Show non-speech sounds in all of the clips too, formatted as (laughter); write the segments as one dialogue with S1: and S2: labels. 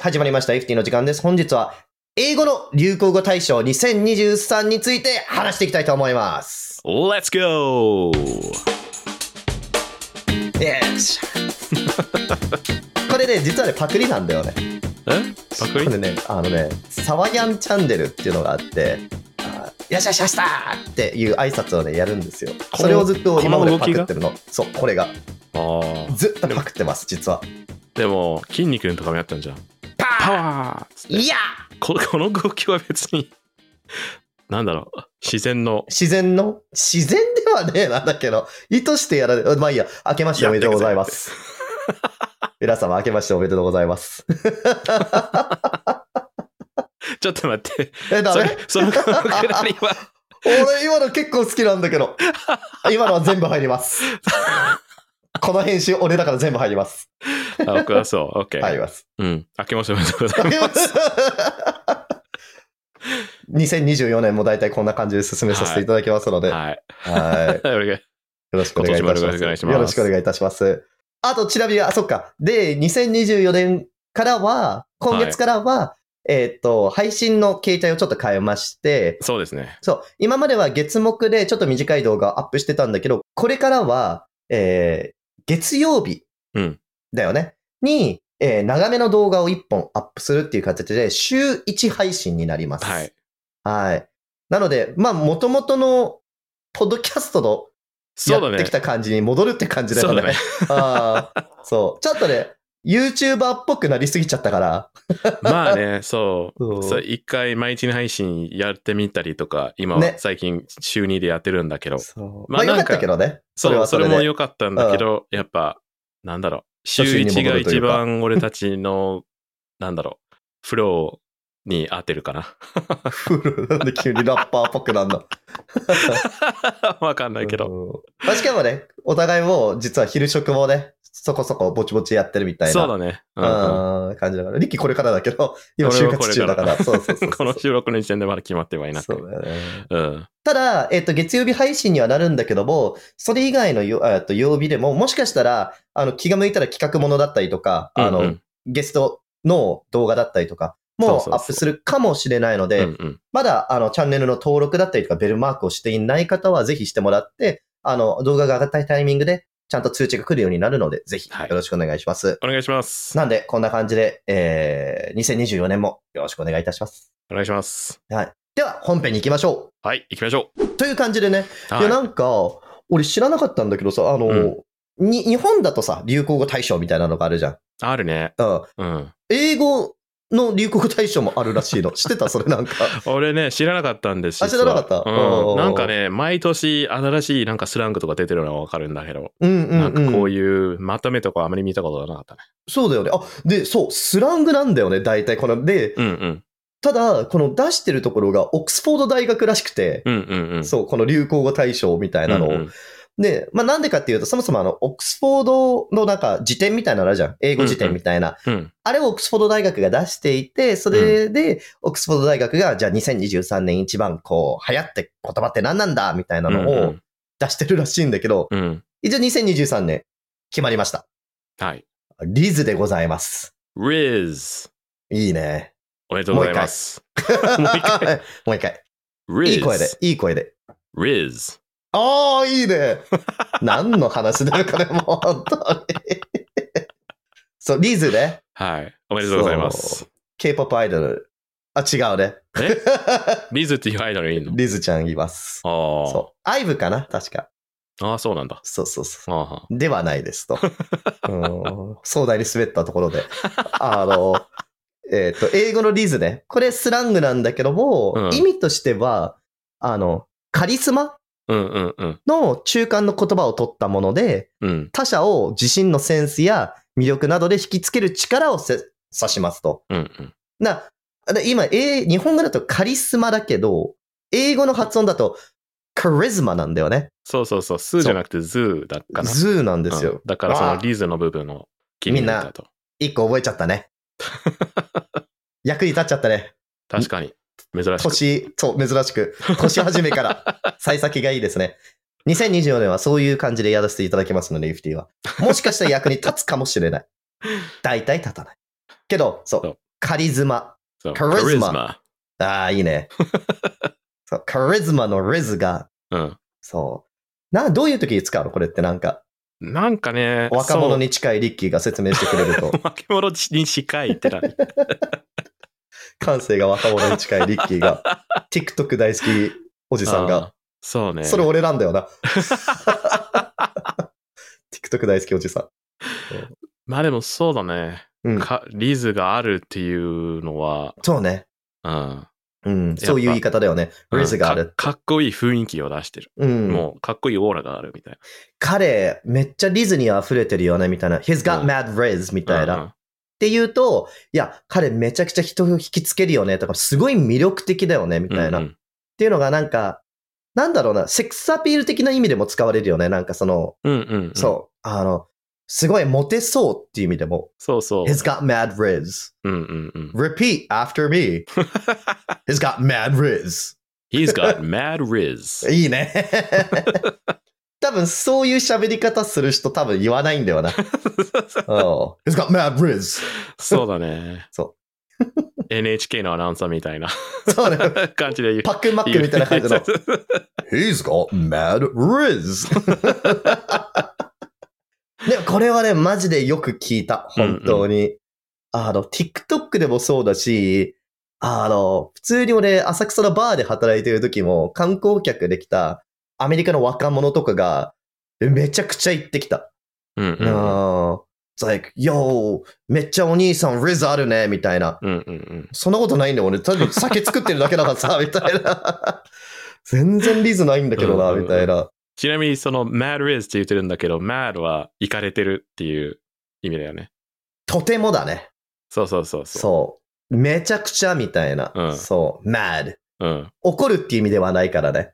S1: 始まりました FT の時間です。本日は、英語の流行語大賞2023について話していきたいと思います。
S2: Let's go!
S1: よっしゃ (laughs) これね、実はね、パクリなんだよね。
S2: えパクリ
S1: これね、あのね、サワヤンチャンネルっていうのがあって、あーいらっしゃいしましたーっていう挨拶をね、やるんですよ。
S2: この
S1: それをずっと今まで
S2: この動
S1: パ
S2: き
S1: ク
S2: が
S1: ってるの。そう、これが。
S2: あー
S1: ずっとパクってます、実は。
S2: でも、筋肉とかもやったんじゃん。
S1: パ
S2: パ
S1: ー
S2: ワーっつって
S1: いや
S2: ここの動きは別に、なんだろう、自然の。
S1: 自然の自然ではねえな、だけど。意図してやられ、まあいいや、明けましておめでとうござい
S2: (laughs)
S1: ます。皆様、明けましておめでとうございます。
S2: ちょっと待って、
S1: え、ダ
S2: そ
S1: メ
S2: れそのこのくだりは、
S1: (laughs) 俺、今の結構好きなんだけど。今のは全部入り
S2: (laughs)
S1: ます。この編集、俺だから全部入ります。
S2: あ、僕はそう、OK。
S1: 入ります。
S2: (laughs) うん。明けましておめでとうございます。
S1: 2024年も大体こんな感じで進めさせていただきますので、はい。
S2: はい。
S1: よ
S2: お願い
S1: ろしくお願いいたし
S2: 今
S1: ま
S2: 年もよろし
S1: す。
S2: く
S1: よろしくお
S2: お願いします
S1: 願いいたします。あと、ちなみに、あ、そっか。で、2024年からは、今月からは、えーっと、配信の形態をちょっと変えまして、
S2: そうですね。
S1: そう、今までは月目でちょっと短い動画をアップしてたんだけど、これからは、えー月曜日
S2: うん
S1: だよね、に、えー長めの動画を1本アップするっていう形で、週1配信になります。
S2: はい。。
S1: はい。なので、まあ、もともとの、ポッドキャストの
S2: そうだ
S1: やって
S2: ね
S1: き。た感じに戻るって感じだよ
S2: そう
S1: ね。
S2: だね。
S1: (laughs) あーそう。ちょっとね、YouTuber っぽくなりすぎちゃったから。
S2: まあね、そう。
S1: そう
S2: そう一回毎日配信やってみたりとか、今は
S1: ね
S2: 最近週2でやってるんだけど、
S1: そうま
S2: まあ
S1: あ、よかっ
S2: なんか
S1: たけどね。
S2: そ
S1: それ
S2: う
S1: は
S2: そ
S1: そ
S2: れ
S1: れで
S2: も良かったんだけど、やっぱ、なんだろう、週
S1: 初心に
S2: 1
S1: 戻
S2: が
S1: るとい
S2: 一
S1: うか
S2: 番俺たちの、なんだろう、フローに合ってるかな。 (laughs)
S1: なんで急にラッパーっぽくなんの
S2: わかんないけど。
S1: うん。まあしかもね、お互いもう実は昼食もね、そこそこぼちぼちやってるみたいな。
S2: そうだね。うん (laughs) うん
S1: うん感じだから。リッキーこれからだけど、今就活中だから。そうそうそうそう。
S2: (laughs) この収録の時点でまだ決まってはいなくて。
S1: そうだよね。
S2: うん。
S1: ただ、えっと、月曜日配信にはなるんだけども、それ以外のよえっと曜日でも、もしかしたら、あの、気が向いたら企画ものだったりとか、あの、
S2: うんうん
S1: ゲストの動画だったりとか、も
S2: そうそう
S1: う
S2: そう
S1: アップするかもしれないので、
S2: うんうん
S1: まだあのチャンネルの登録だったりとかベルマークをしていない方はぜひしてもらって、あの動画が上がったタイミングでちゃんと通知が来るようになるので、ぜひ
S2: は
S1: よ
S2: い
S1: ろしくお願いします。
S2: お願いします。
S1: なんで、こんな感じで、えー、2024年もよろしくお願いいたします。
S2: お願いします。
S1: では、本編に行きましょ
S2: はい、行きましょう。
S1: う。という感じでね、い、や、
S2: は
S1: なんか、俺知らなかったんだけどさ、あの、
S2: うん
S1: に日本だとさ、流行語大賞みたいなのがあるじゃん。
S2: い、あるね。
S1: うん。
S2: うん。
S1: 英語の流行語大賞もあるら
S2: (laughs)
S1: しいの。知ってたそれなんか。
S2: 俺ね、知らなかったんです
S1: あ知らなかった
S2: 実
S1: お
S2: は
S1: うおうお
S2: う。
S1: うん
S2: なんかね、毎年新しいなんかスラングとか出てるのはわかるんだけど、
S1: うんうん、うん。
S2: なんかこういうまとめとかあまり見たことがなかったね。
S1: そうだよね。あ、で、そう、スラングなんだよね、大体この。で、
S2: うんうん。
S1: ただ、この出してるところがオックスフォード大学らしくて、
S2: うんうんうん。
S1: そう、この流行語大賞みたいなのを。
S2: うんうん
S1: で、まあなんでかっていうと、そもそもあの、オックスフォードのなんか辞典みたいなのあるじゃん。英語辞典みたいな。
S2: うん。
S1: あれをオックスフォード大学が出していて、それで、オックスフォード大学が、じゃあ2023年一番こう、流行って言葉って何なんだみたいなの
S2: うんう
S1: を
S2: ん
S1: 出してるらしいんだけど、
S2: うん。
S1: 一応2023年、決まりました。
S2: はい。
S1: リズでございます。
S2: Riz。
S1: いいね。
S2: おめでとうございます。
S1: も
S2: もう一回。
S1: (laughs) もう一回。
S2: Riz。
S1: いい声で、いい声で。
S2: Riz。
S1: ああ、いい
S2: (laughs)
S1: ね。何の話だよ、これもう、本当に。そう、リズね。
S2: はい。おめでとうございます。
S1: K-POP アイドル。あ、違うね。
S2: えリズっていうアイドルいいの
S1: リズちゃんいます。
S2: あ
S1: そう。アイブかな確か。
S2: あ。ああ、そうなんだ。
S1: そうそうそ
S2: あ
S1: う。ではないですと。 (laughs) うん壮大に滑ったところで。あの、えっ、と、英語のリズね。これスラングなんだけども、
S2: うん
S1: 意味としては、あの、カリスマ
S2: あ。うんうんうん。
S1: の中間の言葉を取ったもので、
S2: うん。
S1: 他者を自身のセンスや魅力などで引きつける力をせ指しますと。
S2: うんうん。
S1: な、で今、えー日本語だとカリスマだけど、英語の発音だとカリスマなんだよね。
S2: そうそうそう。スーじゃなくてズーだっかな。
S1: ズーなんです
S2: うん
S1: よ。
S2: だからそ
S1: あ
S2: の
S1: ー
S2: リズの部分を気に入ったと。
S1: 一個覚えちゃったね。役に立っちゃったね。
S2: 確かに。珍しい。
S1: 年、そう、珍しく。年始めから。
S2: (laughs)
S1: 幸先がいいですね。2024年はそういう感じでやらせていただきますので、FT は。もしかしたら役に立つかもしれない。大体立たない。けど、そう。
S2: そう
S1: カリズマ。
S2: そう
S1: カリズマ
S2: charisma
S1: ああ、いい
S2: (laughs)
S1: ね。そう、カリズマのレズが、
S2: うん。
S1: そう。な、どういう時に使うのこれってなんか、
S2: なんかね、
S1: 若者
S2: そう
S1: に近いリッキーが説明してくれる
S2: (laughs)
S1: と、
S2: 化け物に近いってなる。
S1: 感性が若者に近いリッキー
S2: (laughs)
S1: が、TikTok 大好きおじさん
S2: あー
S1: が、。
S2: そうね。
S1: それ俺なんだよ
S2: (laughs)
S1: な。TikTok 大好きおじさ
S2: まあでもそうだね。
S1: ん。うん。
S2: かリズがあるっていうのは、
S1: そうね。
S2: うん。
S1: うん。そういう言い方だよね。
S2: うん
S1: レズがある。
S2: かかっこいい雰囲気を出してる。
S1: うん。
S2: もうかっこいいオーラがあるみたい
S1: 彼、めっちゃリズに溢れてるよね、みたいな。He's got
S2: うん
S1: mad Riz みた
S2: な。
S1: いな。
S2: うん
S1: っ。ていうと、いや、彼めちゃくちゃ人を引きつけるよね、とか、すごい魅力的だよね、みたいな。
S2: うんう
S1: っ
S2: ん
S1: ていうのがなんか、なんだろうな、セックスアピール的な意味でも使われるよね。なんかその、
S2: うんうんうん。
S1: そう、あの、すごいモテそうっていう意味でも、
S2: そうそう。
S1: He's got mad Riz.
S2: うんうんうん。
S1: Repeat after me.
S2: (laughs)
S1: He's got mad Riz.
S2: He's got (laughs) mad riz.
S1: いい
S2: (laughs)
S1: ね。多分そういう喋り方する人多分言わないんだ
S2: (laughs)
S1: よな。oh, he's got mad riz.
S2: そうだね。
S1: (laughs) そ
S2: (laughs) NHK のアナウンサーみたいな (laughs)
S1: そうね。
S2: 感じで言う。
S1: パックンマックみたいな感じの。he's got mad riz. (laughs) でもこれはね、マジでよく聞いた。本当に。あの、TikTok でもそうだし、あの、普通に俺、浅草のバーで働いてる時も、観光客で来たアメリカの若者とかが、めちゃくちゃ行ってきた。
S2: うんうんうん
S1: ああ、It's like, yo, めっちゃお兄さん、リズあるね、みたいな。
S2: うんうんうん。
S1: そんなことないんだよ、俺。多分酒作ってるだけだから
S2: (laughs)
S1: さ、みたいな。全然リズないんだけどな、
S2: うんうんうん
S1: みたいな。
S2: ちなみにその mad riz って言ってるんだけど、mad はイカれてるっていう意味だよね。
S1: とてもだね。
S2: そうそうそうそう。
S1: そう。めちゃくちゃみたいな。
S2: うん
S1: そう。mad。
S2: うん。
S1: 怒るって意味ではないからね。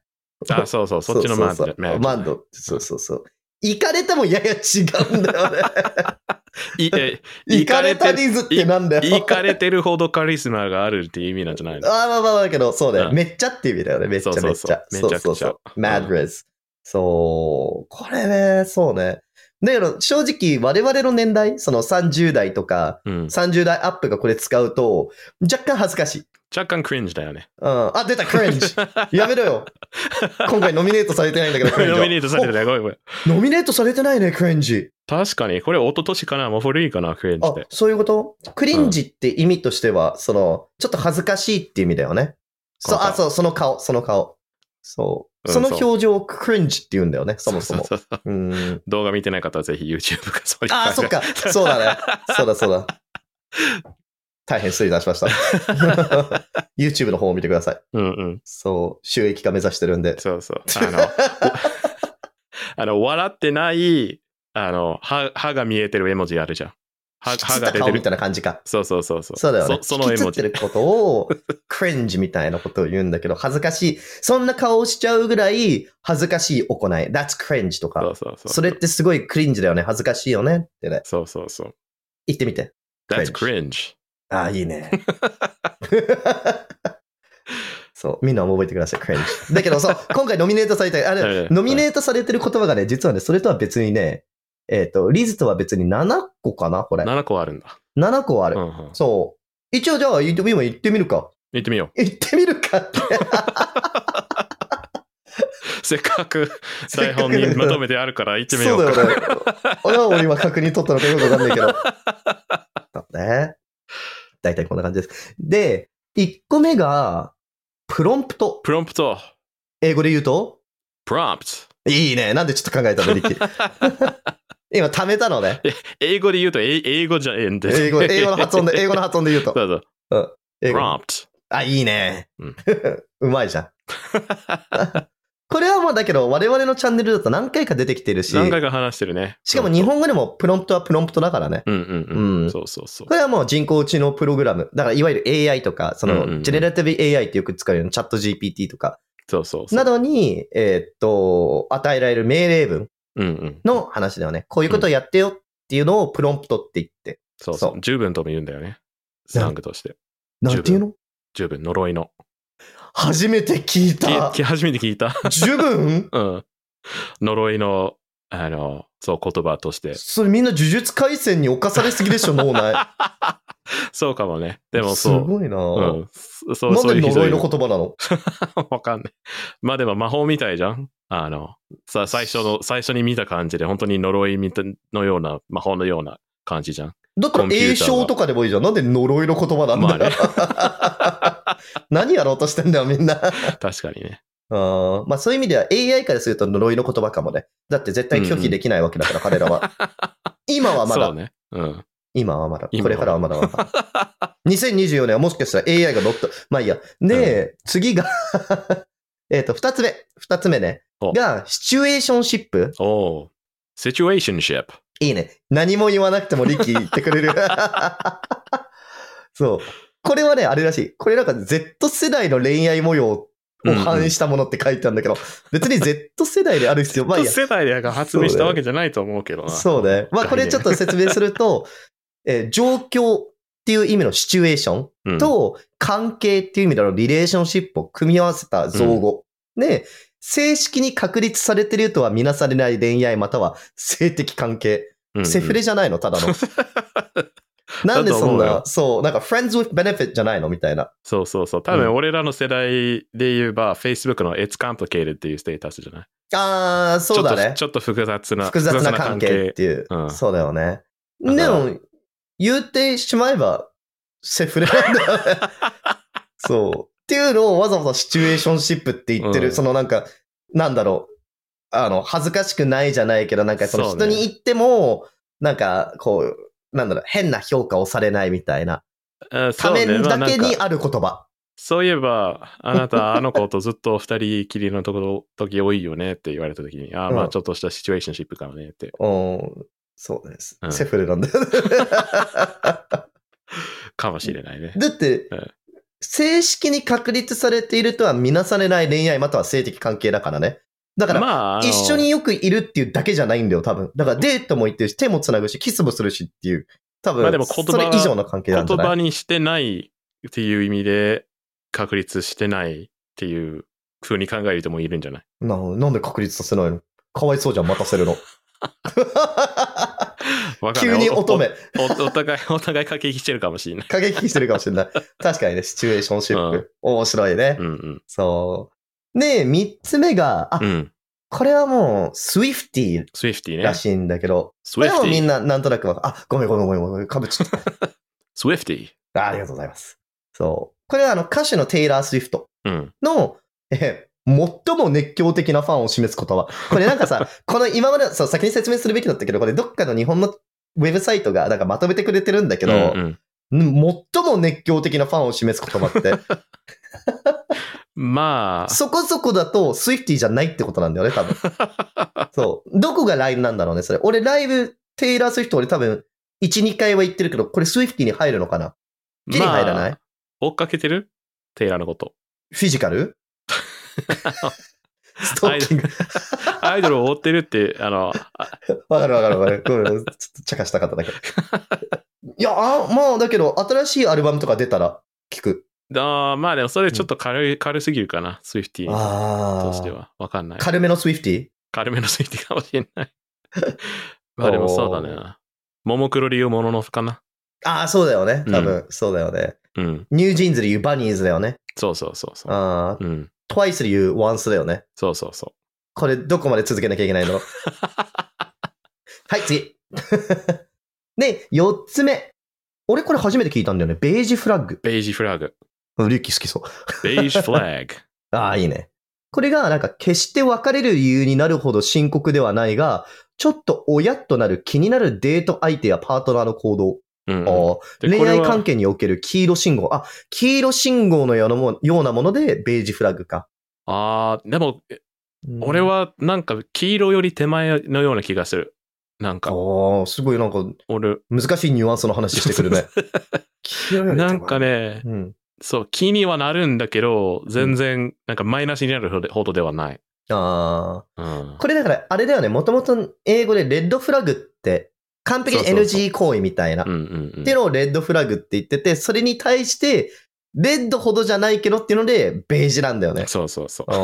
S2: あ、そうそう、そっちの mad
S1: そう
S2: だ
S1: そう
S2: mad
S1: マンド。そうそうそう。行かれてもやや違うんだよね。
S2: (laughs) いえ
S1: 行かれたリズってなんだよ。
S2: イカれてるほどカリスマがあるっていう意味なんじゃ
S1: (laughs)
S2: ないの
S1: あーまあまあまあだけど、そうだよ、
S2: うん
S1: めっちゃっていう意味だよね。めっちゃめっちゃ。
S2: そうそうそう
S1: そうそうそう
S2: めちゃ
S1: Mad
S2: くちゃ
S1: Riz。そう。これね、そうね。だけど、正直、我々の年代、その30代とか、
S2: うん。
S1: 30代アップがこれ使うと、若干恥ずかしい。
S2: 若干クリンジだよね。
S1: うん。あ、出た、クレンジ。やめろ
S2: (laughs)
S1: よ。今回ノミネートされてないんだけど、
S2: これ
S1: クレンジ
S2: (laughs) ノ
S1: は
S2: ミネートされてない。ごめんごめん。
S1: おノミネートされてないね、クレンジ。
S2: 確かに、これ一昨年かな、もう古いかな、クレンジ
S1: あ
S2: って、。
S1: そういうことクリンジって意味としては、その、ちょっと恥ずかしいって意味だよね。そう、
S2: この
S1: あ、そう、
S2: 顔
S1: その顔、その顔。そう。
S2: うん
S1: その表情をクリンジって言うんだよね、そもそも。
S2: ううそう (laughs)
S1: うん。
S2: 動画見てない方はぜひ YouTube かそういう
S1: あー、そっか。そうだね。そうだ、そうだ。大変失礼いたしま
S2: (laughs)
S1: した。YouTube の方を見てください。
S2: うんうん。
S1: そう、収益化目指してるんで。
S2: そう
S1: (laughs)
S2: そう。あの、 (laughs) あの笑ってない、あの、歯歯が見えてる絵文字あるじゃん。歯
S1: つ
S2: 歯
S1: った
S2: が出
S1: 顔
S2: て
S1: み
S2: る
S1: た。いな感じか。
S2: そうそうそうそう。
S1: そうだよね。
S2: その
S1: 引
S2: 絵
S1: きつ
S2: 文
S1: って
S2: 字。
S1: ることを、クレンジみたいなことを言うんだけど、恥ずかしい。そんな顔をしちゃうぐらい、恥ずかしい行い。That's cringe と
S2: そ
S1: か
S2: う。そうそう。
S1: それってすごいクリンジだよね。恥ずかしいよね。ってね。
S2: そうそうそう。
S1: 言ってみて。
S2: That's cringe.
S1: ああ、いいね。
S2: (laughs)
S1: そう、みんなも覚えてください、クレンジ。だけど、そう、今回ノミネートされた、あ
S2: え
S1: れ、
S2: え
S1: ノミネートされてる言葉がね、実はね、それとは別にね、えっ、と、リズとは別に7個かなこれ。
S2: 7個あるんだ。
S1: 7個ある。
S2: うんうん。
S1: そう。一応、じゃあ、今言ってみるか。
S2: 行ってみよ
S1: 言ってみるかって。
S2: う。 (laughs) せっかく
S1: せっ
S2: 台
S1: か
S2: 本
S1: くね
S2: にまとめてあるから行ってみよう
S1: そ
S2: か。
S1: うだよね。俺は俺今確認取ったのかよくわかんないけど。だね。大体こんな感じです。で、1個目が、プロンプト。
S2: プロンプト。
S1: 英語で言うと
S2: プロンプト。
S1: いいね。なんでちょっと考えたの、リッキー。
S2: (laughs)
S1: 今、貯めたのね。
S2: 英語で言うと、え英語じゃえんで。
S1: 英語、英語の発音で、英語の発音で言うと。
S2: (laughs) そうそう。
S1: 英
S2: プ
S1: 語
S2: ロンプト。
S1: あ、いいね
S2: うん
S1: (laughs) うまいじゃん。これはまあ、だけど、我々のチャンネルだと何回か出てきてるし、
S2: 何回か話してるね。
S1: しかも日本語でもプロンプトはプロンプトだからね。
S2: うんうん
S1: う
S2: うんん。そうそうそう
S1: こ。れはもう人工知能プログラム。だから、いわゆる AI とか、そ
S2: うんうんう
S1: の、
S2: ん
S1: ジェネラティブ AI ってよく使うようなチャット GPT とか、
S2: そうそうそう。
S1: などに、えーっと、与えられる命令文
S2: うんうん。
S1: の話だよね。こういうことをやってよっていうのをプロンプトって言って。
S2: そうそ
S1: そう
S2: う。十分とも言うんだよね。スラングとして。
S1: なんていうの
S2: 十分、呪いの。
S1: 初めて聞い
S2: き
S1: た。
S2: (laughs) き初めて聞いた。
S1: 十分
S2: うん。呪いの、あの、そう、言葉として。
S1: それみんな呪術回戦に侵されすぎでしょ、脳内。
S2: そうかもね。 (laughs) でもそう。
S1: すごいな、
S2: うん。そそう、
S1: なん
S2: そうい
S1: で
S2: うひど
S1: 呪
S2: い
S1: いの言葉なの
S2: (laughs) わかんない。まあでも魔法みたいじゃんあの、さ、最初の、最初に見た感じで、本当に呪いみたいのような、魔法のような感じじゃん。
S1: だった
S2: コ
S1: ら
S2: ンピューターは
S1: 栄唱とかでもいいじゃん。なんで呪いの言葉なんだ、
S2: まあね
S1: (laughs) 何やろうとしてんだよ、みんな。
S2: 確かにね。
S1: あーまあそういう意味では AI からすると呪いの言葉かもね。だって絶対拒否できないわけだから、彼ら
S2: (laughs)
S1: は。今はま
S2: そう
S1: だ、
S2: ね。うん。
S1: 今はまだ、
S2: 今は
S1: これからはまだわかんない。2024年はもしかしたら AI が乗った。まあいいや。で、次が、 (laughs) えっと、二つ目。二つ目ね
S2: お。
S1: が、シチュエーションシップ。
S2: おお。シチュエーションシップ。
S1: いいね。何も言わなくてもリッキー言ってくれ
S2: (laughs)
S1: る。そう。これはね、あれらしい。これなんか Z 世代の恋愛模様を反映したものって書いてあるんだけど、別に Z 世代である必要、まあいいや。
S2: 世代で発明したわけじゃないと思うけどな。
S1: そうね。まあ、これちょっと説明すると、 (laughs) えー状況っていう意味のシチュエーショ
S2: うん
S1: ン、と、関係っていう意味でのリレーションシップを組み合わせた造語。で、正式に確立されてるとは見なされない恋愛または性的関係。
S2: うん
S1: セフレじゃないのた
S2: (laughs)
S1: だの。なんで
S2: だと
S1: そ
S2: 思
S1: ん
S2: うよ
S1: な、そう、なんか friends with benefit じゃないのみたいな。
S2: そうそうそう。多分俺らの世代で言えば、Facebook の It's Complicated っていうステータスじゃない
S1: あー、そうだね。
S2: ちょっとちょっと複雑な。
S1: 複雑な関係っていう。
S2: うん
S1: そうだよね。
S2: だか
S1: で
S2: ら
S1: も、言ってしまえば、セフレなんだよ
S2: (laughs)
S1: ね。そう。っていうのをわざわざシチュエーションシップって言ってる、
S2: うん
S1: そのなんか、なんだろう。あの、恥ずかしくないじゃないけど、なんかその
S2: そうね
S1: 人に言っても、なんか、こう、なんだろう、変な評価をされないみたいな。
S2: うんそ
S1: た
S2: うね
S1: めだけ
S2: まあなん
S1: に
S2: か
S1: ある言葉。
S2: そういえば、あなた、あの子とずっと二人きりのところ、時多いよねって言われた時に、ああ、
S1: うん
S2: まあちょっとしたシチュエーションシップかもねって。
S1: うん。そうです
S2: う。ん
S1: セフレなんだよね。
S2: かもしれないね。
S1: だって
S2: うん、
S1: 正式に確立されているとは見なされない恋愛または性的関係だからね。だから、
S2: まあ、あの
S1: 一緒によくいるっていうだけじゃないんだよ、多分。だからデートも行ってるし、手もつなぐし、キスもするしっていう、多分、
S2: まあでも言葉
S1: それ以上の関係なんじゃ
S2: 言
S1: な
S2: 葉
S1: い
S2: にしてないっていう意味で、確立してないっていう風に考える人もいるんじゃない
S1: ななんで確立させないのかわいそうじゃん、待たせる
S2: (laughs)
S1: の。
S2: わかんな
S1: 急
S2: い
S1: に乙女、
S2: おおお互い、お互い駆け引きしてるかもしれない。
S1: 過激してるかもしれない。確かにね、シチュエーションシップ。面白いね
S2: う。ん
S1: そう。で、三つ目が、あ
S2: うん。う、ん。
S1: これはもう、スイフティ
S2: スウィフティね
S1: ら。しいんだけど、
S2: ス
S1: こ
S2: ウィ
S1: れ
S2: フ
S1: はも
S2: テ
S1: うみんな
S2: ィ。
S1: なんとなくわかあ、ごめんごめんごめんごめん、かぶっちゃった。
S2: スウィフティ。
S1: (laughs) あありがとうございます。そう。これはあの、歌手のテイラー・スウィフト
S2: うん。
S1: の、えー最も熱狂的なファンを示す言葉。これなんかさ、 (laughs) この今まで、そう、先に説明するべきだったけど、これどっかの日本のウェブサイトがなんかまとめてくれてるんだけど、
S2: うんうん
S1: ん最も熱狂的なファンを示す言葉
S2: (laughs)
S1: って、
S2: まあ、
S1: そこそこだとスイフティじゃないってことなんだよね、
S2: (laughs)
S1: 多分。そう。どこがライブなんだろうね、それ。俺、ライブ、テイラー・スウィフト、俺多分、1、2回は行ってるけど、これスイフティに入るのかな手に入らない、
S2: まあ追っかけてるテイラーのこと。
S1: フィジカ
S2: (laughs)
S1: ルスト
S2: ア
S1: ー
S2: イ
S1: キ
S2: ド
S1: ング
S2: ル。アイドルを追ってるって、あ
S1: (laughs)
S2: の、あ
S1: わかるわかるわかる。ごめん、ちょっと茶化したかっただけ。いや、あまあ、だけど、新しいアルバムとか出たら聞く。
S2: あーまあでもそれちょっと軽い、軽すぎるかな、スウィフティに
S1: あ
S2: として
S1: あ。
S2: は。わかんない。
S1: 軽めのスイフティ
S2: 軽めのスイッチかもしれない。
S1: (laughs)
S2: まあでもそうだ
S1: お
S2: ね。ももクロ理由もののふかな。
S1: ああ、そうだよね。多分、
S2: う
S1: そうだよね。
S2: うん。
S1: ニュージーンズで言うバニーズだよね。
S2: そうそうそうそう。
S1: ああ、
S2: うん。
S1: トワイスで言うワンスだよね。
S2: そうそうそ
S1: これ、どこまで続けなきゃいけない
S2: (laughs)
S1: のはい、次。 (laughs) で、四つ目。俺、これ初めて聞いたんだよね。ベージュフラッグ
S2: う。。ベージュフラグ。
S1: うんリュッキー好きそう。
S2: ベージュフ
S1: (laughs)
S2: ラグ。
S1: ああ、いいね。これが、なんか、決して別れる理由になるほど深刻ではないが、ちょっと親となる気になるデート相手やパートナーの行動、
S2: う
S1: あー
S2: ん。でこ
S1: 恋
S2: れ
S1: 愛
S2: は
S1: 関係における黄色信号、あ、黄色信号のようなもようなもので、ベージュフラッグか。
S2: あーでも、
S1: うん
S2: 俺、はなんか黄色より手前のような気がする。なん
S1: あ
S2: か、
S1: あ、すごいなんか、
S2: 俺、
S1: 難しいニュアンスの話してくるね。黄色より手前
S2: (laughs) なんか、ね、
S1: うん。
S2: そう、気にはなるんだけど、全然、なんかマイナスになるほどほどではない。
S1: あ
S2: う
S1: あ。
S2: ん。
S1: これだから、あれだよね、もともと英語でレッドフラッグって、完璧に
S2: そうそうそう
S1: NG 行為みたいな
S2: うん。うんうん
S1: っていうのをレッドフラグって言ってて、それに対して、レッドほどじゃないけどっていうので、ベージュなんだよね。
S2: そうそうそ
S1: う
S2: う
S1: ん。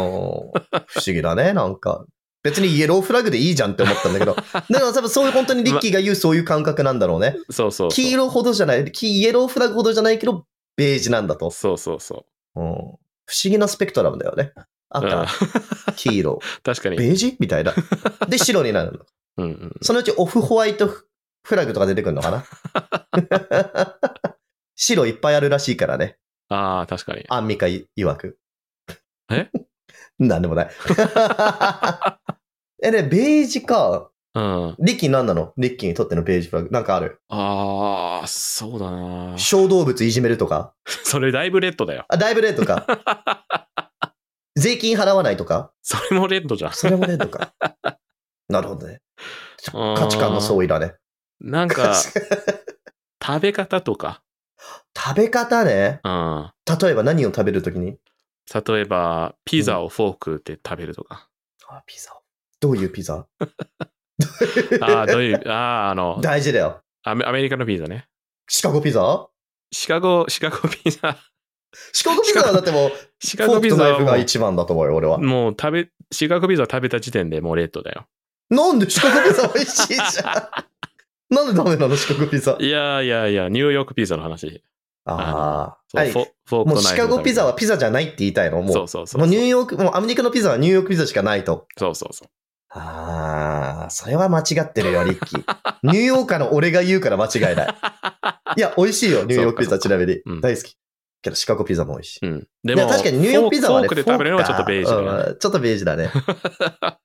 S1: 不思議だね、なんか。別にイエローフラグでいいじゃんって思ったんだけ
S2: (laughs)
S1: ど。でも多分そういう本当にリッキーが言うそういう感覚なんだろうね。
S2: そうそうそう。
S1: 黄色ほどじゃない、黄イエローフラグほどじゃないけど、ベージュなんだと。
S2: そうそうそ
S1: う
S2: う。
S1: ん、不思議なスペクトラムだよね。
S2: うん (laughs)
S1: 赤、黄色、
S2: 確か
S1: ベ
S2: に。
S1: ージュみたいな。で、白になるの。
S2: うんうん。
S1: そのうちオフホワイトフラグとか出てくるの
S2: (laughs)
S1: かな白いっぱいあるらしいからね。
S2: ああ、確かに。
S1: アンミカい曰く。
S2: え
S1: (laughs) なんでもない。 (laughs) え、で、ベージか。
S2: うん。
S1: リッキーなんなのリッキーにとってのベージフラグ。なんかある
S2: ああ、そうだな。
S1: 小動物いじめるとか
S2: (laughs) それだいぶレッドだよ。
S1: あ、だいぶレッド
S2: (laughs)
S1: か。税金払わないとか
S2: それもレッドじゃん。
S1: それもレッドか。なるほどね。
S2: あー
S1: 価値観の相違だね。
S2: なん
S1: (laughs)
S2: か、食べ方とか。
S1: 食べ方ね。
S2: うん。
S1: 例えば何を食べるときに
S2: 例えば、ピザをフォークで食べるとか。
S1: あ、ピザ。どういうピ
S2: (laughs)
S1: ザ
S2: ああ、どういう、ああ、あの、
S1: 大事だよ。
S2: アメアメリカのピザね。
S1: シカゴピザ
S2: シカゴ、シカゴピザ。
S1: シカゴピザはだってもう、(laughs)
S2: シ
S1: フォ
S2: カゴ
S1: ーク
S2: ピ
S1: と
S2: ザ
S1: ナイ
S2: は
S1: フ
S2: も
S1: が
S2: う
S1: 一番だと思うよ、俺は。
S2: もう食べ、シカゴピザ食べた時点でもうレッドだよ。
S1: なんでシカゴピザ美味しいじゃん。 (laughs) なんでダメなの、シカゴピザ。
S2: いやいやいや、ニューヨークピザの話。
S1: ああ。
S2: そう
S1: はい
S2: フォフォークとナイフ
S1: もう
S2: で
S1: シ
S2: 食べた
S1: カゴピザはピザじゃないって言いたいのもう。
S2: そうそうそう。
S1: もうニューヨーク、もうアメリカのピザはニューヨークピザしかないと。
S2: そうそうそう。
S1: ああ、それは間違ってるよ、リッキー。
S2: (laughs)
S1: ニューヨーカーの俺が言うから間違いない。いや、美味しいよ、ニューヨークピ
S2: そ
S1: ザ、
S2: うか
S1: ちなみに。
S2: うん
S1: 大好き。けど、シカゴピザも美味しい。
S2: うん。で
S1: い
S2: も、
S1: や確かにニューヨークピザはね、
S2: フォークで食べるのはちょっとベージュだよね。
S1: うんちょっとベージュだね。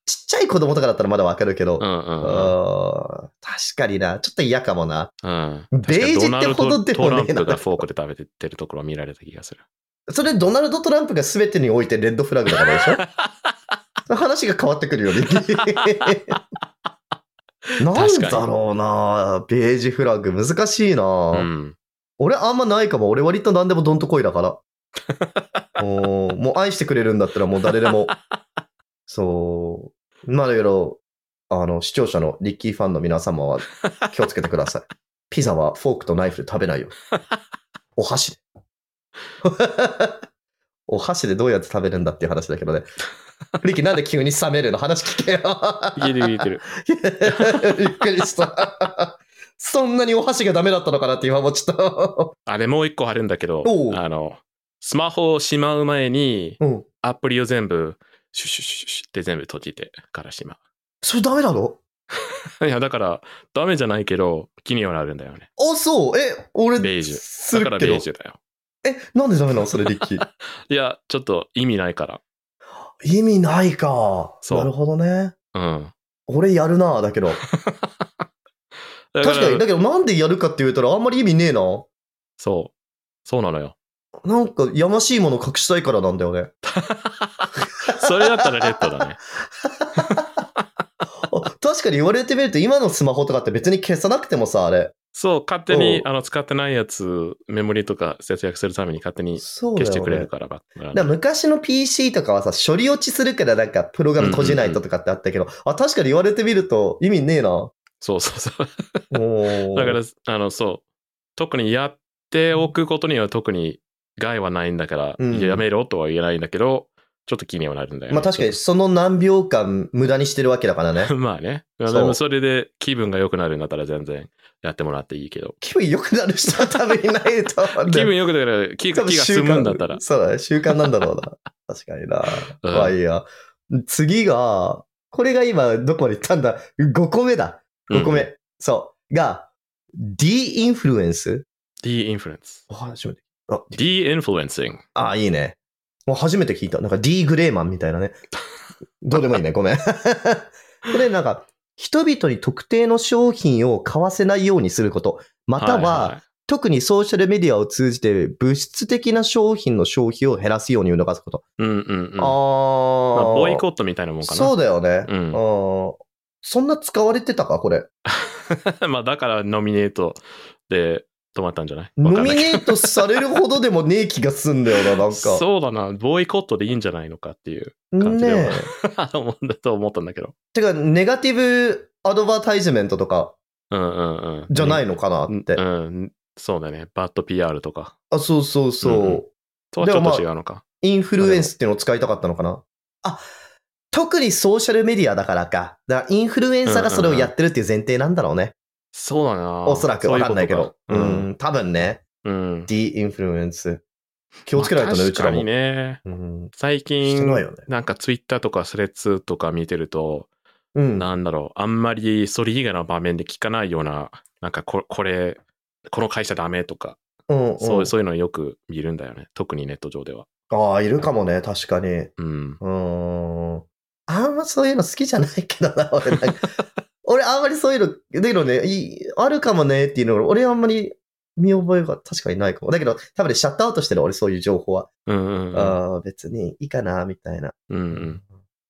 S1: ちっちゃい子供とかだったらまだわかるけど、
S2: うんう
S1: うん
S2: んうん。
S1: 確かにな、ちょっと嫌かもな。
S2: うん。
S1: ベージュってほどでもねえな
S2: 確かドナルドトランプがフォークで食べてってるところを見られた気がする。
S1: それドナルド・トランプが全てにおいてレッドフラグだからでし
S2: (laughs)
S1: ょ話が変わってくるよね。なんだろうなベージュフラグ難しいな、
S2: うん。
S1: 俺あんまないかも。俺割と何でもどんとこいだから。おーもう愛してくれるんだったらもう誰でも。そう。まあだけど、あの、視聴者のリッキーファンの皆様は気をつけてください。ピザはフォークとナイフで食べないよ。お箸で。お箸でどうやって食べるんだっていう話だけどね。リッキーなんで急に冷めるの話聞けよ。
S2: (laughs)
S1: (laughs)
S2: 聞いてる聞いてる。
S1: びっくりした。そんなにお箸がダメだったのかなって今もちょっと。
S2: あれもう一個あるんだけど
S1: おう、
S2: あの、スマホをしまう前に、
S1: うん。
S2: アプリを全部、シュシュシュシュシュって全部閉じてからしま
S1: それダメなの
S2: う。いや、だから、ダメじゃないけど、気にはなるんだよね。
S1: あ、そう。え、俺、
S2: ベージュ
S1: す
S2: だ
S1: る
S2: から
S1: け
S2: ベ
S1: ど
S2: ージュだよ。
S1: え、なんでダメなのそれ、リッキー。
S2: いや、ちょっと意味ないから。
S1: (laughs) 意味ないか。
S2: そう
S1: なるほどね。
S2: うん。
S1: 俺やるな、だけ
S2: (laughs)
S1: ど。
S2: だ
S1: 確かに、だけどなんでやるかって言うたらあんまり意味ねえな。
S2: そう。そうなのよ。
S1: なんか、やましいもの隠したいからなんだよ
S2: (laughs)
S1: ね。
S2: それだったらレッドだね。
S1: あ確かに言われてみると、今のスマホとかって別に消さなくてもさ、あれ。
S2: そう、勝手に
S1: おう
S2: あの使ってないやつ、メモリとか節約するために勝手に
S1: そう
S2: 消
S1: だ
S2: して
S1: よ
S2: くれる
S1: ね。
S2: からばっ
S1: だから昔の PC とかはさ、処理落ちするからなんかプログラム閉じないととかってあったけど、あ、確かに言われてみると意味ねえ
S2: (laughs)
S1: な。お
S2: そうそうそう。
S1: ー
S2: だから、あの、そう。特にやっておくことには特に害はないんだから、
S1: うん
S2: やめろとは言えないんだけど、ちょっと気にはなるんだよね。
S1: まあ確かにその何秒間無駄にしてるわけだから
S2: (laughs)
S1: ね
S2: ちょっ。と。 (laughs) まあね。で
S1: そう
S2: もそれで気分が良くなるんだったら全然やってもらっていいけど。
S1: 気分良くなる人のためにないと思うんだ
S2: 気
S1: よ
S2: 分良くなる、 (laughs) 気が気が済むんだったら。
S1: そうだね、習慣なんだろうな。 (laughs) 確かにな。
S2: うん
S1: まあいいや。次が、これが今どこに行ったんだ ?5 個目だ。5個目。
S2: うん。
S1: そう。が、D インフルエンス
S2: D influence。
S1: あ初めて。あ、
S2: D influencing。
S1: あ、いいね。もう初めて聞いた。なんか D グレーマンみたいなね。
S2: (laughs)
S1: どうでもいいね。ごめん。 (laughs) これなんか、人々に特定の商品を買わせないようにすること。または、
S2: いいい
S1: 特にソーシャルメディアを通じて物質的な商品の消費を減らすように促すこと。
S2: うんうんうん。
S1: ああ。
S2: まあ、ボイコットみたいなもんかな。
S1: そうだよね。
S2: うん
S1: んそんな使われてたかこれ。
S2: (laughs) まあだからノミネートで止まったんじゃないわか
S1: ノ
S2: ん
S1: ミ
S2: ない
S1: ネートされるほどでもねえ気がすんだよな、なんか。
S2: (laughs) そうだな、ボイコットでいいんじゃないのかっていう (laughs) 感じでは、
S1: ねえ。
S2: 思うんだと思ったんだけど。
S1: てか、ネガティブアドバタイズメントとか
S2: うんうんうん。
S1: じゃない
S2: の
S1: のかなって。
S2: うん、そうだね。バッド PR とか。
S1: あ、そうそうそう。
S2: うんうんとはちょっと違うのか。
S1: インフルエンスっていうのを使いたかったのかな。あ、特にソーシャルメディアだからか。だからインフルエンサーがそれをやってるっていう前提なんだろうね。
S2: そうだな。
S1: おそらく
S2: そう
S1: わ
S2: うこ
S1: か
S2: と
S1: んないけど。う
S2: うん。
S1: ん、多分ね。
S2: うん。
S1: ディインフルエンス。気をつけないとね、
S2: まあ
S1: うちら
S2: 確か
S1: も
S2: に。ね。
S1: うん
S2: 最
S1: して
S2: 近、
S1: ないよね
S2: なんかツイッターとかスレッズとか見てると、
S1: うん。
S2: なんだろう、あんまりそれ以外の場面で聞かないような、なんかここれ、この会社ダメとか、
S1: うんうん
S2: そうそういうのよく見るんだよね。特にネット上では。
S1: ああ、いるかもね、確かに。う
S2: うん。
S1: ーん。あんまそういうの好きじゃないけ
S2: (laughs)
S1: どな、俺なんか。俺あんまりそういうの、だけどね、いあるかもねっていうのが、俺あんまり見覚えが確かにないかも。だけど、多分ね、シャットアウトしてる、俺そういう情報は。
S2: うんうんうん。
S1: ああ、別にいいかな、みたいな。
S2: うんうん。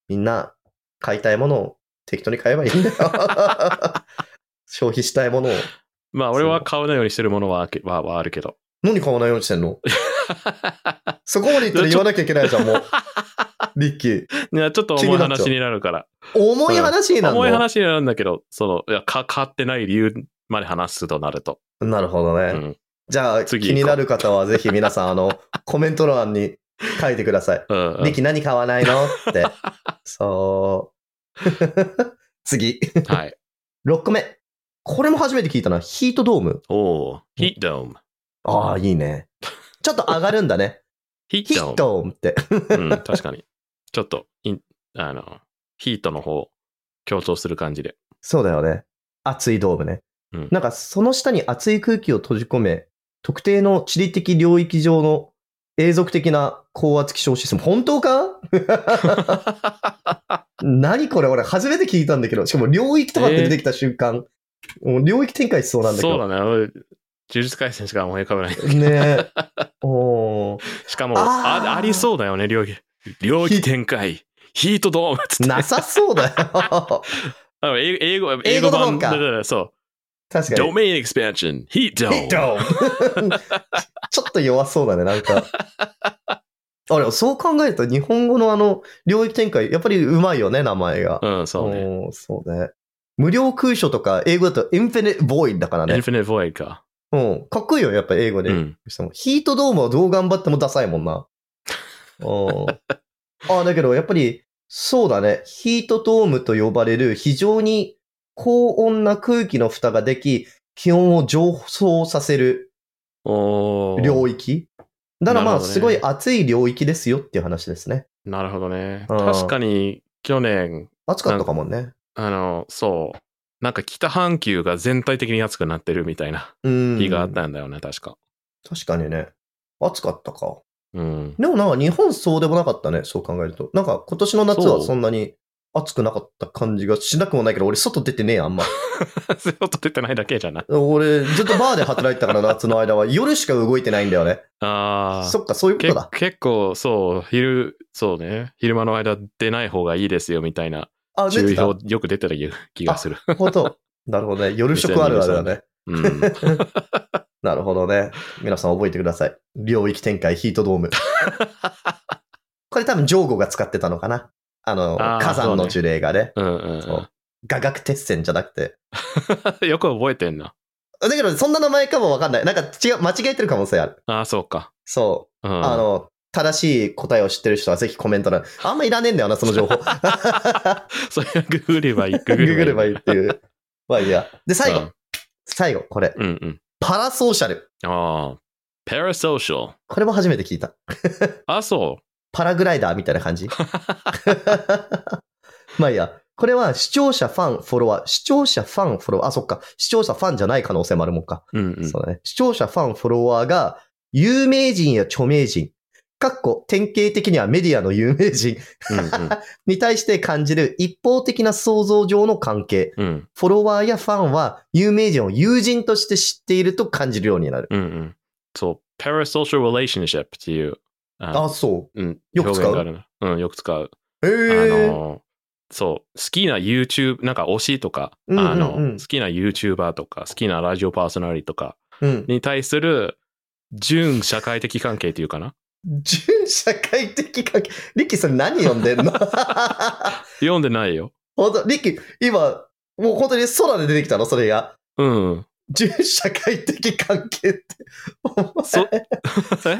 S1: みんな、買いたいものを適当に買えばいいんだ
S2: (laughs)
S1: よ。消費したいものを。
S2: まあ、俺は買うようにしてるものはあけははあるけど。 (laughs)
S1: 何買わないようにしてんのそこまで言ったら言わなきゃいけないじゃん、もう。リッキー。
S2: いや、ちょっと
S1: 気
S2: 重
S1: に
S2: い
S1: なっちゃう
S2: 話になるから。
S1: 重い話になるの
S2: 重い話になるんだけど、その、いや、か買ってない理由まで話すとなると。
S1: なるほどね。
S2: うん。
S1: じゃあ、気
S2: 次
S1: になる方はぜひ皆さん、あ
S2: (laughs)
S1: の、コメント欄に書いてください。
S2: うん、うん
S1: リキ何買わないのっ
S2: (laughs)
S1: て。そう。 (laughs) 次。
S2: はい。
S1: 6個目。これも初めて聞いたな。ヒートドーム。
S2: お
S1: (laughs)
S2: お、ヒットーム。
S1: ああ、いいね。ちょっと上がるんだね。
S2: ヒ
S1: ヒ
S2: ッ
S1: ート
S2: ト
S1: ドームって。
S2: ーム。うん、確かに。ちょっと、いあの、ヒートの方、強調する感じで。
S1: そうだよね。熱いドームね。
S2: うん
S1: なんかその下に熱い空気を閉じ込め、特定の地理的領域上の永続的な高圧気象システム。本当
S2: (laughs)
S1: か何これ俺初めて聞いたんだけど。しかも領域とかって出てきた瞬間、もう領域展開しそうなんだけ
S2: そう
S1: ど。
S2: だね。俺呪術廻戦しか思い浮かべ
S1: (laughs)
S2: ない。
S1: ねえ。おー
S2: しかも、
S1: あー
S2: あありそうだよね、領域。領域展開。ヒートドームっつって。
S1: なさそうだよ。
S2: あの英英語、
S1: 英
S2: 英
S1: 語
S2: 語
S1: の方
S2: 版
S1: か
S2: だからそう。
S1: 確か
S2: ド
S1: に。
S2: メインエクスペンション、ヒー
S1: (laughs)
S2: ト
S1: ヒット (laughs) ちょっと弱そうだね、なんか。あれ、そう考えると日本語のあの、領域展開、やっぱりうまいよね、名前が。
S2: うん、そうね。
S1: おーそうね。無料空所とか、英語だとインフィニッボイだから
S2: イン
S1: ね。
S2: フィニット・ボイか。
S1: うん。かっこいいよ、やっぱ英語で。
S2: うん。
S1: そのヒートドームはどう頑張ってもダサいもんな。うん。ああ、だけどやっぱり、そうだね。ヒートドームと呼ばれる非常に高温な空気の蓋ができ、気温を上昇させる
S2: おー
S1: 領域。だからま
S2: なる
S1: あ、
S2: ほどね
S1: すごい暑い領域ですよっていう話ですね。
S2: なるほどね。
S1: うん
S2: 確かに、去年、
S1: 暑かったかもね。
S2: あの、そう。なんか北半球が全体的に暑くなってるみたいな
S1: うん。
S2: 日があったんだよね、確か。
S1: 確かにね。暑かったか。
S2: うん。
S1: でもなんか日本そうでもなかったね、そう考えると。なんか今年の夏は
S2: そう
S1: そんなに暑くなかった感じがしなくもないけど、俺外出てねえや、あんま。
S2: (laughs)
S1: (laughs)
S2: そういうこと出てないだけじゃない。
S1: 俺ずっとバーで働いてたから夏の間は夜しか動いてないんだよね。
S2: あ
S1: そっか、そういうこと
S2: あ
S1: だ。。
S2: け結構、そう、昼、そうね。昼間の間出ない方がいいですよ、みたいな
S1: あ、
S2: 注
S1: 出て
S2: 意
S1: た。な
S2: 表、よく出てた気がする。
S1: るほ
S2: (laughs)
S1: ど。なるほどね。夜食あるあるだね。
S2: うん。
S1: なるほどね。皆さん覚えてください。領域展開ヒート
S2: (laughs)
S1: ドーム。これ多分ジョーゴが使ってたのかな。あの、
S2: あー
S1: 火山の呪霊がね。
S2: うんうん
S1: (laughs) そう雅楽鉄線じゃなくて。
S2: うん。 (laughs) よく覚えてんな。
S1: だけど、そんな名前かもわかんない。なんか違う、間違えてる可能性ある。
S2: ああ、そうか。
S1: そ
S2: うん。
S1: う。あの、正しい答えを知ってる人はぜひコメント欄。あんまいらねえんだよな、その情報。
S2: それはググ
S1: (laughs)
S2: ればいい。 (laughs) グ
S1: ググればい
S2: い
S1: いっていう。まあいいや。で、最後。最後、これ。
S2: うんうん。
S1: パラソーシャル。
S2: ああ。パラソーシャル。
S1: これも初めて聞いた。
S2: あ、そ
S1: パラグライダーみたいな
S2: (laughs)
S1: 感じ。まあいいや。これは視聴者、ファン、フォロワー。視聴者、ファン、フォロワー。あ、そっか。視聴者、ファンじゃない可能性もあるもんか。
S2: う。うんうん。
S1: そうだね。視聴者、ファン、フォロワーが、有名人や著名人、かっこ典型的にはメディアの有名人
S2: うんうん
S1: に対して感じる一方的な想像上の関係。
S2: うん
S1: フォロワーやファンは有名人を友人として知っていると感じるようになる。
S2: うんうん。そう。パラソーシャル・レーションシップっていう、あ
S1: あ、そ
S2: うん、
S1: よく使う
S2: 表現があるな。うん、よく使う。
S1: う。え
S2: あ
S1: ー、
S2: の、そう。好きな YouTube、なんか推しとか、
S1: うんうんうん
S2: あの、好きな YouTuber とか、好きなラジオパーソナリティとか
S1: うん。
S2: に対する、純社会的関係っていうかな
S1: (laughs) 純社会的関係。リッキーそれ何読んでんの
S2: 読んでないよ。
S1: 本当リッキー、今、もう本当に空で出てきたのそれが。
S2: うん。
S1: 準社会的関係って、お
S2: そ
S1: (laughs) 前、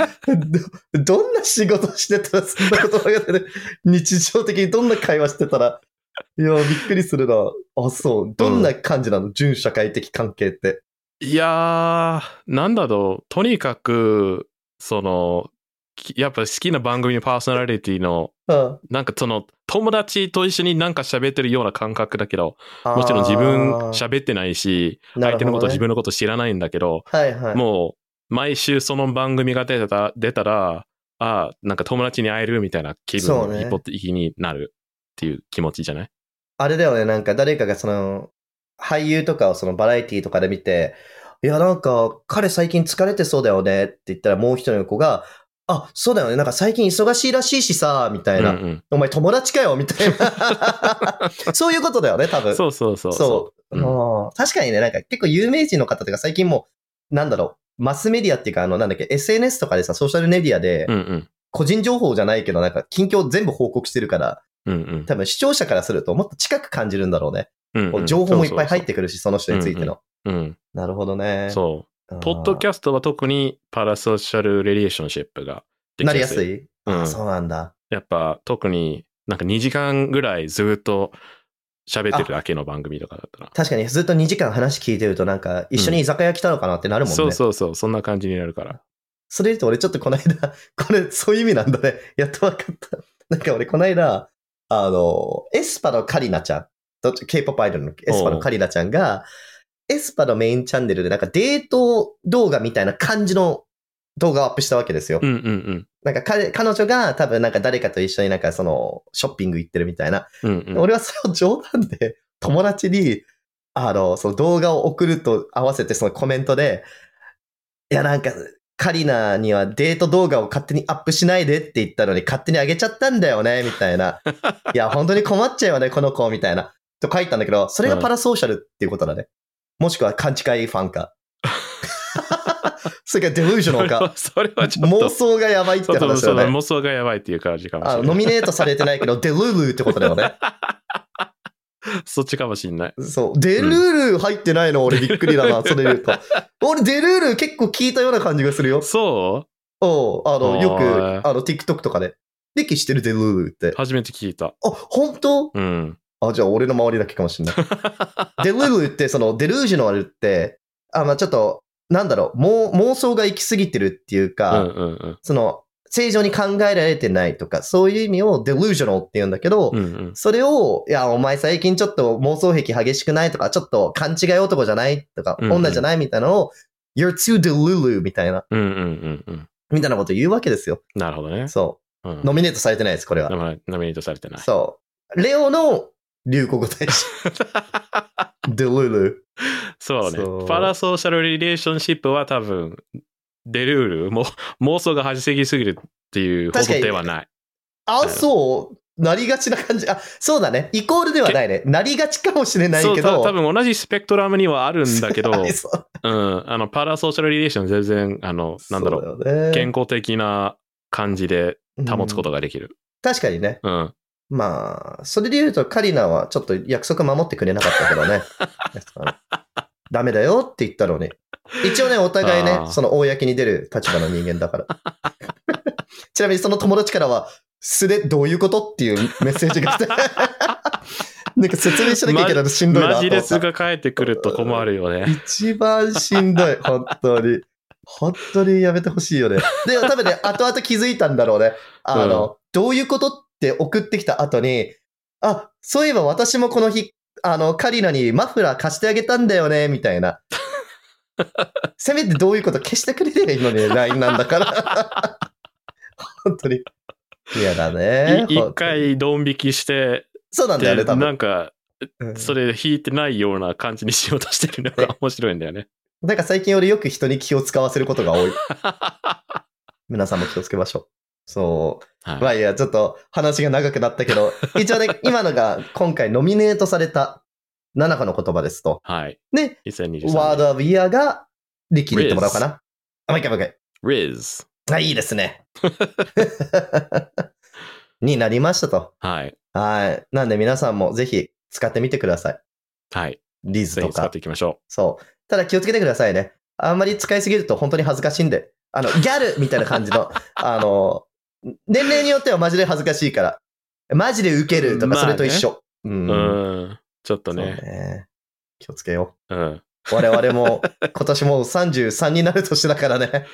S1: どどんな仕事してたらそんな言葉が出る日常的にどんな会話してたら、いや、びっくりするな。あ、そう。どんな感じなの、準社会的関係って。
S2: いやー、なんだろう、とにかく、その、きやっぱ好きな番組のパーソナリティの、
S1: うん。
S2: なんかその、友達と一緒になんか喋ってるような感覚だけど、もちろん自分喋ってないし、相手のこと自分のこと知らないんだけど、
S1: 分、はいはい。
S2: もう、毎週その番組が出たら、出たら、ああ、なんか友達に会えるみたいな気
S1: そう
S2: 分
S1: ね
S2: に一歩的になるっていう気持ちじゃない
S1: あれだよね、なんか誰かがその、俳優とかをそのバラエティとかで見て、いや、なんか、彼最近疲れてそうだよねって言ったら、もう一人の子が、あ、そうだよね、なんか最近忙しいらしいしさ、みたいな。
S2: うんうん
S1: お前友達かよ、みたい
S2: (laughs)
S1: な。そういうことだよね、多分。
S2: そうそうそう
S1: そう。
S2: ううん
S1: もう確かにね、なんか結構有名人の方とか最近もう、なんだろう、マスメディアっていうか、あの、なんだっけ、SNS とかでさ、ソーシャルメディアで
S2: う、んうん。
S1: 個人情報じゃないけど、なんか近況全部報告してるから、
S2: うんうん
S1: 多分視聴者からするともっと近く感じるんだろうね。
S2: うん
S1: こ
S2: う。
S1: うん情報もいっぱい入
S2: っ
S1: っててくるし、その人についての。
S2: うん。
S1: なるほどね。
S2: そう。
S1: うん
S2: ポッドキャストは特にパラソーシャルレレーションシップができ
S1: なりやす
S2: い。
S1: い。
S2: うん
S1: あそうなんだ。
S2: やっぱ特になんか2時間ぐらいずっと喋ってるだけの番組とかだったら。
S1: 確かにずっと2時間話聞いてるとなんか一緒に居酒屋来たのかなってなるもんね。
S2: そうそうそう、そんな感じになるから。
S1: それで言うと俺ちょっとこの間、 (laughs) これそういう意味なんだね。やっとわかった。なんか俺この間、あの、エスパのカリナちゃん、どっち K-POP アイドルのエスパのカリナちゃんが、エスパのメインチャンネルでなんかデート動画みたいな感じの動画をアップしたわけですよ。
S2: うんうん
S1: なんか彼彼女が多分なんか誰かと一緒になんかそのショッピング行ってるみたいな。
S2: うん。うんうん、
S1: 俺はそれを冗談で友達に、あの、その動画を送ると合わせてそのコメントで、いやなんか、カリナにはデート動画を勝手にアップしないでって言ったのに勝手にあげちゃったんだよね、みたい
S2: (laughs)
S1: な。いや、本当に困っちゃうよね、この子、みたいな。と書いたんだけど、それがパラソーシャルっていうことだね。もしくは勘違いファン
S2: (laughs)
S1: か。それからデブージョナルか。
S2: それ (laughs) はちょっ
S1: 妄
S2: と。
S1: 想がやばいって
S2: そうそう
S1: 話だ
S2: そう
S1: よね。
S2: 妄想がやばいっていう感じかもし
S1: あ
S2: れ
S1: ノ
S2: ない。
S1: ミネートされてない
S2: (laughs)
S1: けど、デルールーってことだよね。
S2: そっちかもしれない。
S1: そう。デルールー入ってないの、俺びっくりだな、それ言う
S2: (laughs)
S1: と。俺、デルールー結構聞いたような感じがするよ。
S2: そ
S1: おうあの、
S2: おー
S1: よく、あの、TikTok とかで。リキ知ってるデルールーって
S2: う。初めて聞いた。
S1: あ、本当
S2: うん。
S1: あ、じゃあ俺の周りだけかもしん
S2: (laughs)
S1: ない。デルールーって、その、デルージュのあれって、あ、まあちょっと、なんだろう、もう妄想が行き過ぎてるっていう
S2: う
S1: か、
S2: んうんうん。
S1: その、正常に考えられてないとか、そういう意味をデルージョナルって言うんだけど、
S2: うんうん。
S1: それを、いや、お前最近ちょっと妄想癖激しくないとか、ちょっと勘違い男じゃないとか、
S2: うんうん
S1: 女じゃないみたいなのを、You're too delulu みたいな、
S2: うんうんうんうん。
S1: みたいなこと言うわけですよ。
S2: なるほどね。
S1: そ
S2: うん
S1: う。ノミネートされてないです、これは。
S2: ノミネートされてない。
S1: そう。レオの流行語大
S2: (laughs)
S1: 使。delulu。
S2: そうね
S1: そう
S2: パラソーシャルリレーションシップは多分、デルール、も (laughs) 妄想が走りすぎるっていうほどではない。
S1: あ、そう。なりがちな感じ。あ、そうだね。イコールではないね。なりがちかもしれない
S2: そう
S1: け
S2: た
S1: ど。
S2: 多分同じスペクトラムにはあるんだけど、
S1: あり (laughs) そう
S2: うん、あのパラソーシャルリレーション全然、あの、なんだろう、
S1: そうよね
S2: 健康的な感じで保つこと
S1: うん
S2: ができる。
S1: 確かにね。
S2: うん。
S1: まあ、それで言うと、カリナはちょっと約束守ってくれなかったけど
S2: (laughs)
S1: ね。ダメだよって言ったのに。一応ね、お互い
S2: あ
S1: ね、
S2: ー
S1: その公に出る立場の人間だから。 (laughs) ちなみにその友達からは、素でどういうことっていうメッセージが
S2: (laughs)
S1: 来て。なんか説明しなきゃいけないのしんどいな
S2: マ
S1: と
S2: ジ
S1: 思
S2: レ
S1: っ
S2: ス
S1: た。
S2: が返ってくると困るよ
S1: (laughs)
S2: ね。
S1: 一番しん
S2: (laughs)
S1: どい、本当に。本当にやめてほしいよね。で、多
S2: (laughs)
S1: 分ね、後々気づいたんだろうね。あの、どういうことって送ってきた後に、あ、そういえば私もこの日、あの、カリナにマフラー貸してあげたんだよね、みたい
S2: (laughs)
S1: な。せめてどういうこと消してくれてりゃいいのに、LINE なんだから。
S2: (laughs)
S1: 本当に。嫌だね。本
S2: い
S1: 当に
S2: 一。回ドン引きして、
S1: そうなんだよね、
S2: で
S1: 多
S2: な
S1: 分。
S2: んか、
S1: うん
S2: それ引いてないような感じにしようとしてるのが面白いんだよね。
S1: なんか最近俺よく人に気を使わせることが
S2: (laughs)
S1: 多い。皆さんも気をつけましょう。そう。
S2: はい
S1: まあいいや、ちょっと話が長くなったけど、
S2: (laughs)
S1: 一応ね、今のが今回ノミネートされた7かの言葉ですと。
S2: はい。
S1: で、
S2: 2023年。
S1: ワードオブイヤーが、リッキーに言ってもらおうかな。あ、もう一回もう一
S2: Riz。
S1: 回。あ、いいです
S2: (laughs)
S1: ね。になりましたと。
S2: はい。
S1: はい。なんで皆さんもぜひ使ってみてください。
S2: はい。
S1: リズ
S2: ぜ
S1: と
S2: ひ使っ
S1: か
S2: て。いきましょ
S1: そう。ただ気をつけてくださいね。あんまり使いすぎると本当に恥ずかしいんで。あの、ギャルみたいな感じ
S2: (laughs)
S1: の、あの、年齢によってはマジで恥ずかしいから。マジでウケるとか、
S2: まあ
S1: そ
S2: ね
S1: れと一緒。
S2: う
S1: うん。
S2: ん。ちょっと
S1: そう
S2: ね。
S1: ね。気をつけよ
S2: うん。
S1: う。我々も
S2: (laughs)
S1: 今年もう33になる年だからね。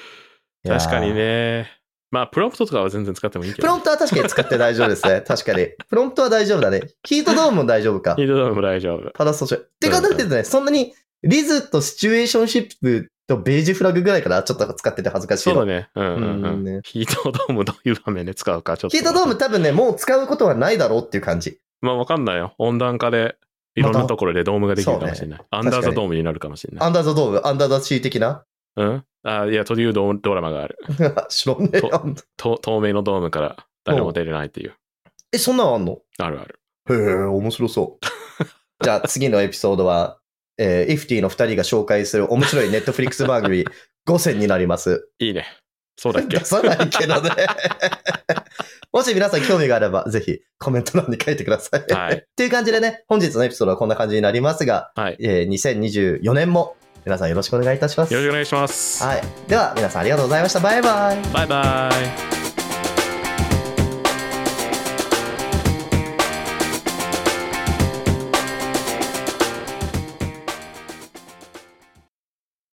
S1: いやー
S2: 確かに。ね。まあ、プロンプトとかは全然使ってもいいけ
S1: プ
S2: ど。
S1: ロンプトは確かに使って大丈夫ですね。確かに。プロンプトは大丈夫だね。ヒートドームも大丈夫か
S2: ヒ。ートドーム大丈夫。
S1: パダストショーってか、だってね、そんなにリズとシチュエーションシップとベージュフラグぐらいからちょっと使ってて恥ずかしい
S2: そうだ
S1: の。
S2: ね。うんう
S1: う
S2: ん
S1: ん
S2: う
S1: ね
S2: ん。ヒートドームどういう場面で使うか、ちょっと。
S1: ヒートドーム多分ね、もう使うことはないだろうっていう感じ。
S2: まあ、わかんないよ。温暖化で、いろんなところでドームができるかもしれない。アンダーザドームになるかもしれない。
S1: アンダーザドーム、アンダーザシー的な。 (laughs)
S2: うんあ、いや、というドドラマがある。
S1: 知らねえ
S2: と
S1: アンダー
S2: と透明のドームから誰も出れないっていう。
S1: え、そんなのあんの
S2: あるある。
S1: へえ、面白そう。 (laughs) じゃあ次のエピソードは、えー、イフティの2人が紹介する面白いネットフリックス番組5選に (laughs) なります。
S2: いいね。そ
S1: (laughs)
S2: うだっけ
S1: 出さないけどね。もし皆さん興味があれば、ぜひコメント欄に書いてください。
S2: はい。
S1: という感じでね、本日のエピソードはこんな感じになりますが、
S2: はい。
S1: えー2024年も皆さんよろしくお願いいたします。
S2: よろし
S1: は
S2: くお願いします。
S1: い。では皆さんありがとうございました。バイバイ。
S2: バイバイ。